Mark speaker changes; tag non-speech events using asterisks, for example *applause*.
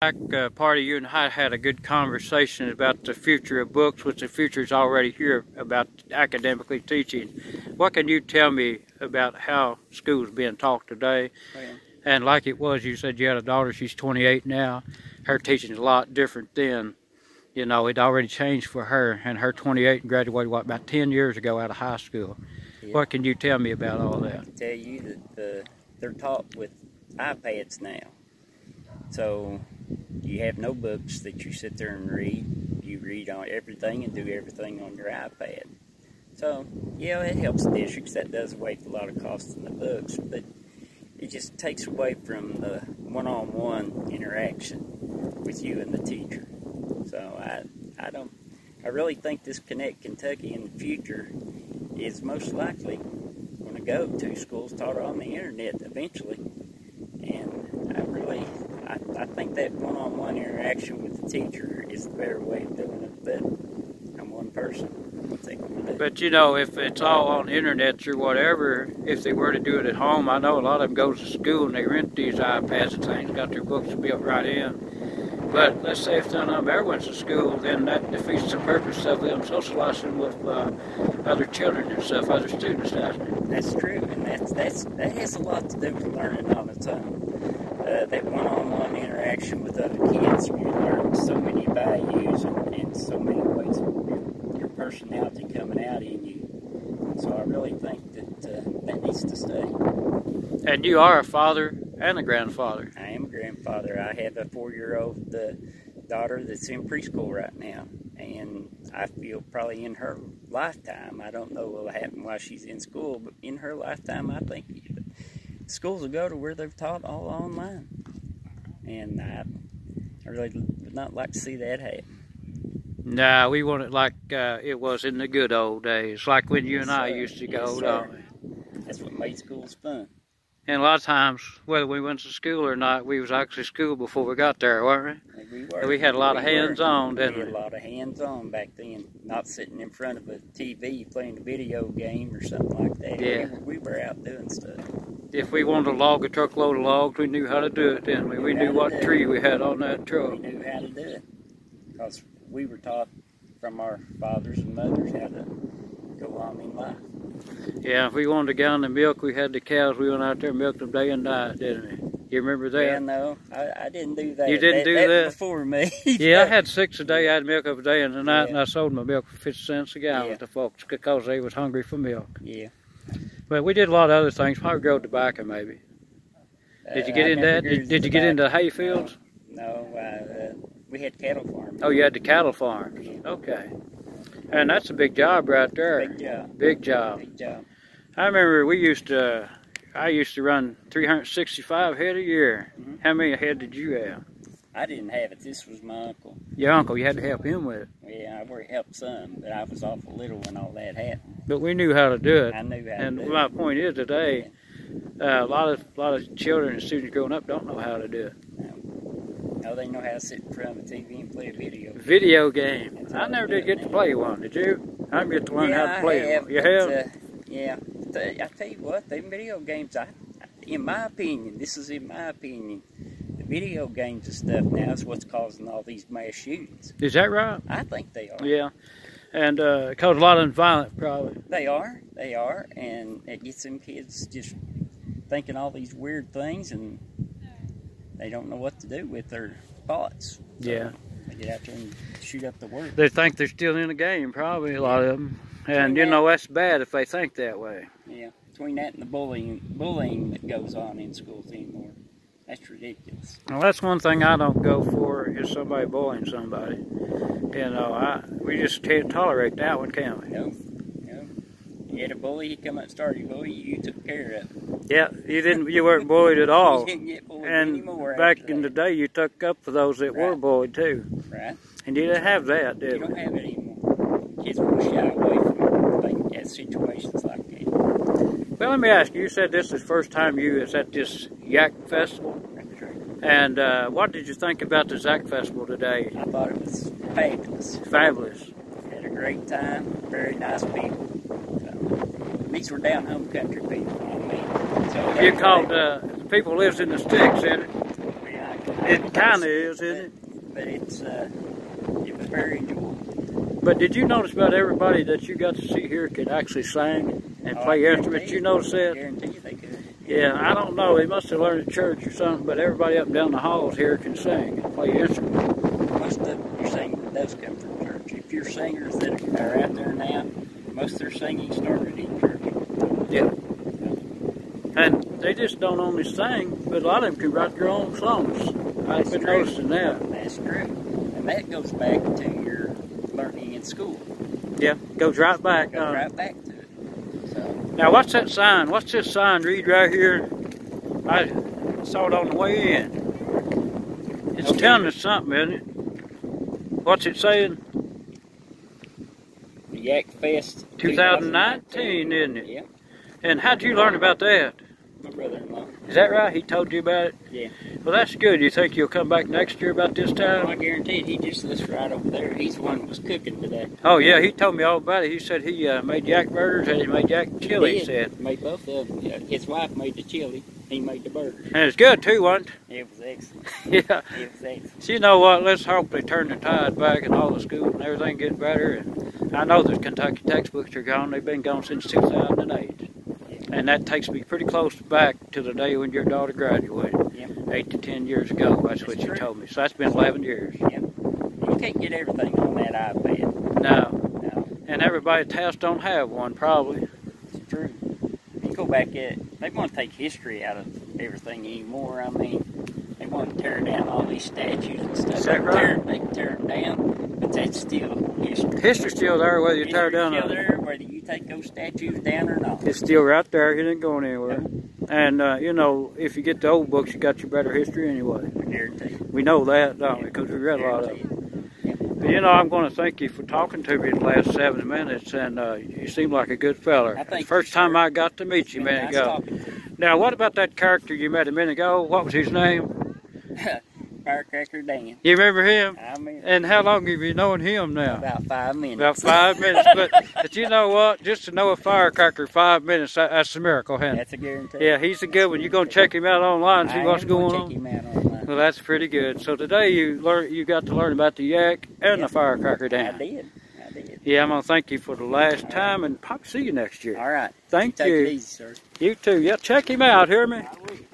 Speaker 1: Back uh, party, you and I had a good conversation about the future of books, which the future is already here about academically teaching. What can you tell me about how school's being taught today?
Speaker 2: Okay.
Speaker 1: And like it was, you said you had a daughter, she's 28 now. Her teaching's a lot different then. You know, it already changed for her, and her 28 and graduated, what, about 10 years ago out of high school.
Speaker 2: Yeah.
Speaker 1: What can you tell me about all that?
Speaker 2: tell you that the, they're taught with iPads now. So you have no books that you sit there and read. You read on everything and do everything on your iPad. So yeah, it helps districts. That does away with a lot of costs in the books, but it just takes away from the one-on-one interaction with you and the teacher. So I, I don't, I really think this Connect Kentucky in the future is most likely going to go to schools taught on the internet eventually. And I really, I, I think that one-on-one interaction with the teacher is the better way of doing it. But I'm one person. What's that going to do?
Speaker 1: But you know, if it's all on internet or whatever, if they were to do it at home, I know a lot of them goes to school and they rent these iPads and things, got their books built right in. But let's say if none of them ever went to school, then that defeats the purpose of them socializing with uh, other children and stuff, other students. doesn't it?
Speaker 2: That's true, and that's that's that has a lot to do with learning on its own. Uh, that one-on-one interaction with other kids, you learn so many values and, and so many ways of your, your personality coming out in you. So I really think that uh, that needs to stay.
Speaker 1: And you are a father and a grandfather.
Speaker 2: I am a grandfather. I have a four-year-old uh, daughter that's in preschool right now, and I feel probably in her lifetime. I don't know what'll happen while she's in school, but in her lifetime, I think schools will go to where they've taught all online, and I, I really would not like to see that happen.
Speaker 1: Nah, we want it like uh, it was in the good old days, like when you and I
Speaker 2: Yes, sir.
Speaker 1: used to
Speaker 2: Yes,
Speaker 1: go.
Speaker 2: sir.
Speaker 1: don't we?
Speaker 2: That's what made schools fun.
Speaker 1: and a lot of times, whether we went to school or not, we was actually school before we got there, weren't we?
Speaker 2: Like we, were,
Speaker 1: We had a lot of
Speaker 2: were.
Speaker 1: hands-on,
Speaker 2: We
Speaker 1: didn't
Speaker 2: had
Speaker 1: we?
Speaker 2: a lot of hands-on back then, not sitting in front of a TV playing a video game or something like that.
Speaker 1: Yeah.
Speaker 2: We, we were out doing stuff.
Speaker 1: If we wanted to log a truckload of logs, we knew how to do it then. We, we knew what tree we had on that
Speaker 2: We
Speaker 1: truck.
Speaker 2: knew how to do it because we were taught from our fathers and mothers how to go on in life.
Speaker 1: Yeah, if we wanted a gallon of milk, we had the cows. We went out there and milked them day and night, didn't we? You remember
Speaker 2: Yeah,
Speaker 1: that?
Speaker 2: no, I, I didn't do that.
Speaker 1: You didn't
Speaker 2: that,
Speaker 1: do
Speaker 2: that
Speaker 1: that?
Speaker 2: before me. *laughs*
Speaker 1: Yeah, I had six a day. I had milk every day and a night, and I sold my milk for 50 cents a gallon
Speaker 2: Yeah.
Speaker 1: to folks because they was hungry for milk.
Speaker 2: yeah.
Speaker 1: But we did a lot of other things. Probably growed tobacco, maybe. Did you
Speaker 2: Uh,
Speaker 1: get
Speaker 2: I
Speaker 1: in
Speaker 2: never
Speaker 1: that?
Speaker 2: grew
Speaker 1: Did, did you get into hay
Speaker 2: tobacco.
Speaker 1: fields?
Speaker 2: No, uh, uh, we had cattle farms.
Speaker 1: Oh, you had the cattle farms. Okay. And that's a big job right there.
Speaker 2: Big job.
Speaker 1: Big job.
Speaker 2: Big job.
Speaker 1: I remember we used to, I used to run 365 head a year.
Speaker 2: Mhm.
Speaker 1: How many head did you have?
Speaker 2: I didn't have it. This was my uncle.
Speaker 1: Your uncle, you had to help him with it.
Speaker 2: Yeah, I worked helped some, but I was awful little when all that happened.
Speaker 1: But we knew how to do it.
Speaker 2: I knew how
Speaker 1: And
Speaker 2: to do
Speaker 1: my
Speaker 2: it.
Speaker 1: point is today, uh, a lot of a lot of children and students growing up don't know how to do it.
Speaker 2: No, Oh, they know how to sit in front of a TV and play a video.
Speaker 1: Video game.
Speaker 2: That's
Speaker 1: I
Speaker 2: how
Speaker 1: never
Speaker 2: they
Speaker 1: did
Speaker 2: do it
Speaker 1: get to
Speaker 2: now.
Speaker 1: play one. Did you? I didn't get to learn
Speaker 2: yeah,
Speaker 1: how to
Speaker 2: I
Speaker 1: play
Speaker 2: have,
Speaker 1: one. You
Speaker 2: but,
Speaker 1: have?
Speaker 2: Uh, yeah, Th- I tell you what, them video games. I, in my opinion, this is in my opinion, the video games and stuff now is what's causing all these mass shootings.
Speaker 1: is that right?
Speaker 2: I think they are.
Speaker 1: Yeah. And uh, caused a lot of them violent, probably.
Speaker 2: They are. They are, and it gets them kids just thinking all these weird things, and they don't know what to do with their thoughts. So
Speaker 1: Yeah.
Speaker 2: They get out there and shoot up the world.
Speaker 1: They think they're still in the game, probably a lot of them. And you
Speaker 2: Yeah.
Speaker 1: know that's bad if they think that way.
Speaker 2: Yeah, between that and the bullying, bullying that goes on in schools anymore, that's ridiculous.
Speaker 1: Well, that's one thing I don't go for is somebody bullying somebody. You know, I we just can't tolerate that one, can we?
Speaker 2: No, no. You had a bully, he come up and started you bully, you took care of it.
Speaker 1: Yeah, you didn't, you weren't bullied
Speaker 2: *laughs*
Speaker 1: at all.
Speaker 2: You didn't get bullied
Speaker 1: And
Speaker 2: anymore.
Speaker 1: back
Speaker 2: after
Speaker 1: in the
Speaker 2: that,
Speaker 1: day, you took up for those that were
Speaker 2: Right.
Speaker 1: bullied too,
Speaker 2: right?
Speaker 1: and you didn't have that,
Speaker 2: You
Speaker 1: did you?
Speaker 2: don't have it anymore. Kids will shy away from like, yeah, situations like that.
Speaker 1: Well, let me ask you. You said this is the first time you was at this Yak Festival,
Speaker 2: That's right.
Speaker 1: and uh, what did you think about the Yak Festival today?
Speaker 2: I thought it was fabulous.
Speaker 1: Fabulous.
Speaker 2: Had a great time. Very nice people. So, these were down home country people. I mean, so
Speaker 1: You called uh, people lives in the sticks, didn't it?
Speaker 2: Yeah, I
Speaker 1: It kind of is, isn't it?
Speaker 2: But it's uh, it was very enjoyable.
Speaker 1: But did you notice about everybody that you got to see here could actually sing and play
Speaker 2: Oh, I
Speaker 1: instruments?
Speaker 2: guarantee
Speaker 1: You notice that?
Speaker 2: Guarantee you they could.
Speaker 1: Yeah, I don't know. They must have learned at church or something, but everybody up and down the halls here can sing and play instruments.
Speaker 2: Most of your singing does come from church. If your singers that are out there now, most of their singing started in church.
Speaker 1: And they just don't only sing, but a lot of them can write their own songs. I've been
Speaker 2: true.
Speaker 1: noticing that.
Speaker 2: That's true. And that goes back to your learning in school.
Speaker 1: Yeah, goes right back.
Speaker 2: Goes
Speaker 1: uh,
Speaker 2: right back to it. So
Speaker 1: Now, what's that sign? What's this sign read right here? I saw it on the way in. It's
Speaker 2: Okay.
Speaker 1: telling us something, isn't it? What's it saying?
Speaker 2: the Yak Fest
Speaker 1: 2019, isn't it?
Speaker 2: Yeah,
Speaker 1: And how'd you learn about that?
Speaker 2: my brother-in-law.
Speaker 1: Is that right? He told you about it?
Speaker 2: Yeah.
Speaker 1: Well, that's good. You think you'll come back next year about this
Speaker 2: Well,
Speaker 1: time?
Speaker 2: I guarantee it, he just lives right over there. He's the one that was cooking today.
Speaker 1: Oh, yeah. He told me all about it. He said he uh, made yak burgers and he made yak chili, he
Speaker 2: Did.
Speaker 1: said.
Speaker 2: Made both of them. Yeah, His wife made the chili. He made the burger.
Speaker 1: And it's good, too, wasn't
Speaker 2: It was excellent.
Speaker 1: it? *laughs* Yeah.
Speaker 2: It was excellent.
Speaker 1: So you know what? Let's hope they turn the tide back and all the schools and everything get better. And I know the Kentucky textbooks are gone. They've been gone since 2008. And that takes me pretty close back to the day when your daughter graduated,
Speaker 2: Yep.
Speaker 1: eight to 10 years ago. That's what
Speaker 2: That's
Speaker 1: you
Speaker 2: true.
Speaker 1: told me. So that's been 11 years
Speaker 2: You can't get everything on that iPad.
Speaker 1: now.
Speaker 2: No,
Speaker 1: And everybody's house don't have one, probably.
Speaker 2: it's true. You go back at they want to take history out of everything anymore. I mean, they want to tear down all these statues and stuff.
Speaker 1: Is that
Speaker 2: They tear- They can tear them down, but that's still history.
Speaker 1: History's still there, whether you tear it
Speaker 2: History's
Speaker 1: down
Speaker 2: still
Speaker 1: or
Speaker 2: there, whether you take those statues down or not.
Speaker 1: It's still right there. It ain't going anywhere. And, uh, you know, if you get the old books, you got your better history anyway.
Speaker 2: I guarantee. you.
Speaker 1: We know that, don't we? Because we read a lot of it.
Speaker 2: Guarantee it.
Speaker 1: Well, You know, I'm going to thank you for talking to me the last seven minutes, and uh, you seem like a good feller.
Speaker 2: I
Speaker 1: The
Speaker 2: thank
Speaker 1: first
Speaker 2: you,
Speaker 1: time
Speaker 2: sir.
Speaker 1: I got to meet you a
Speaker 2: Been
Speaker 1: minute
Speaker 2: nice
Speaker 1: ago.
Speaker 2: talking to you.
Speaker 1: Now, what about that character you met a minute ago? What was his name?
Speaker 2: Firecracker Dan.
Speaker 1: You remember him?
Speaker 2: I mean,
Speaker 1: And how long have you known him now?
Speaker 2: about five minutes.
Speaker 1: About five minutes. But, but you know what? Just to know a firecracker five minutes, that, that's a miracle, honey.
Speaker 2: That's a guarantee.
Speaker 1: Yeah, he's a good one. You're going to check him out online, see
Speaker 2: I
Speaker 1: what's
Speaker 2: am gonna
Speaker 1: going on?
Speaker 2: check him out online.
Speaker 1: Well, that's pretty good. So today you learn, you got to learn about the yak and
Speaker 2: Yeah.
Speaker 1: the firecracker
Speaker 2: I
Speaker 1: dam.
Speaker 2: did. I did.
Speaker 1: Yeah, I'm gonna thank you for the last time, and probably see you next year.
Speaker 2: All right.
Speaker 1: Thank
Speaker 2: Take it
Speaker 1: you.
Speaker 2: easy, sir.
Speaker 1: You too. Yeah, check him out. Hear me?
Speaker 2: I will.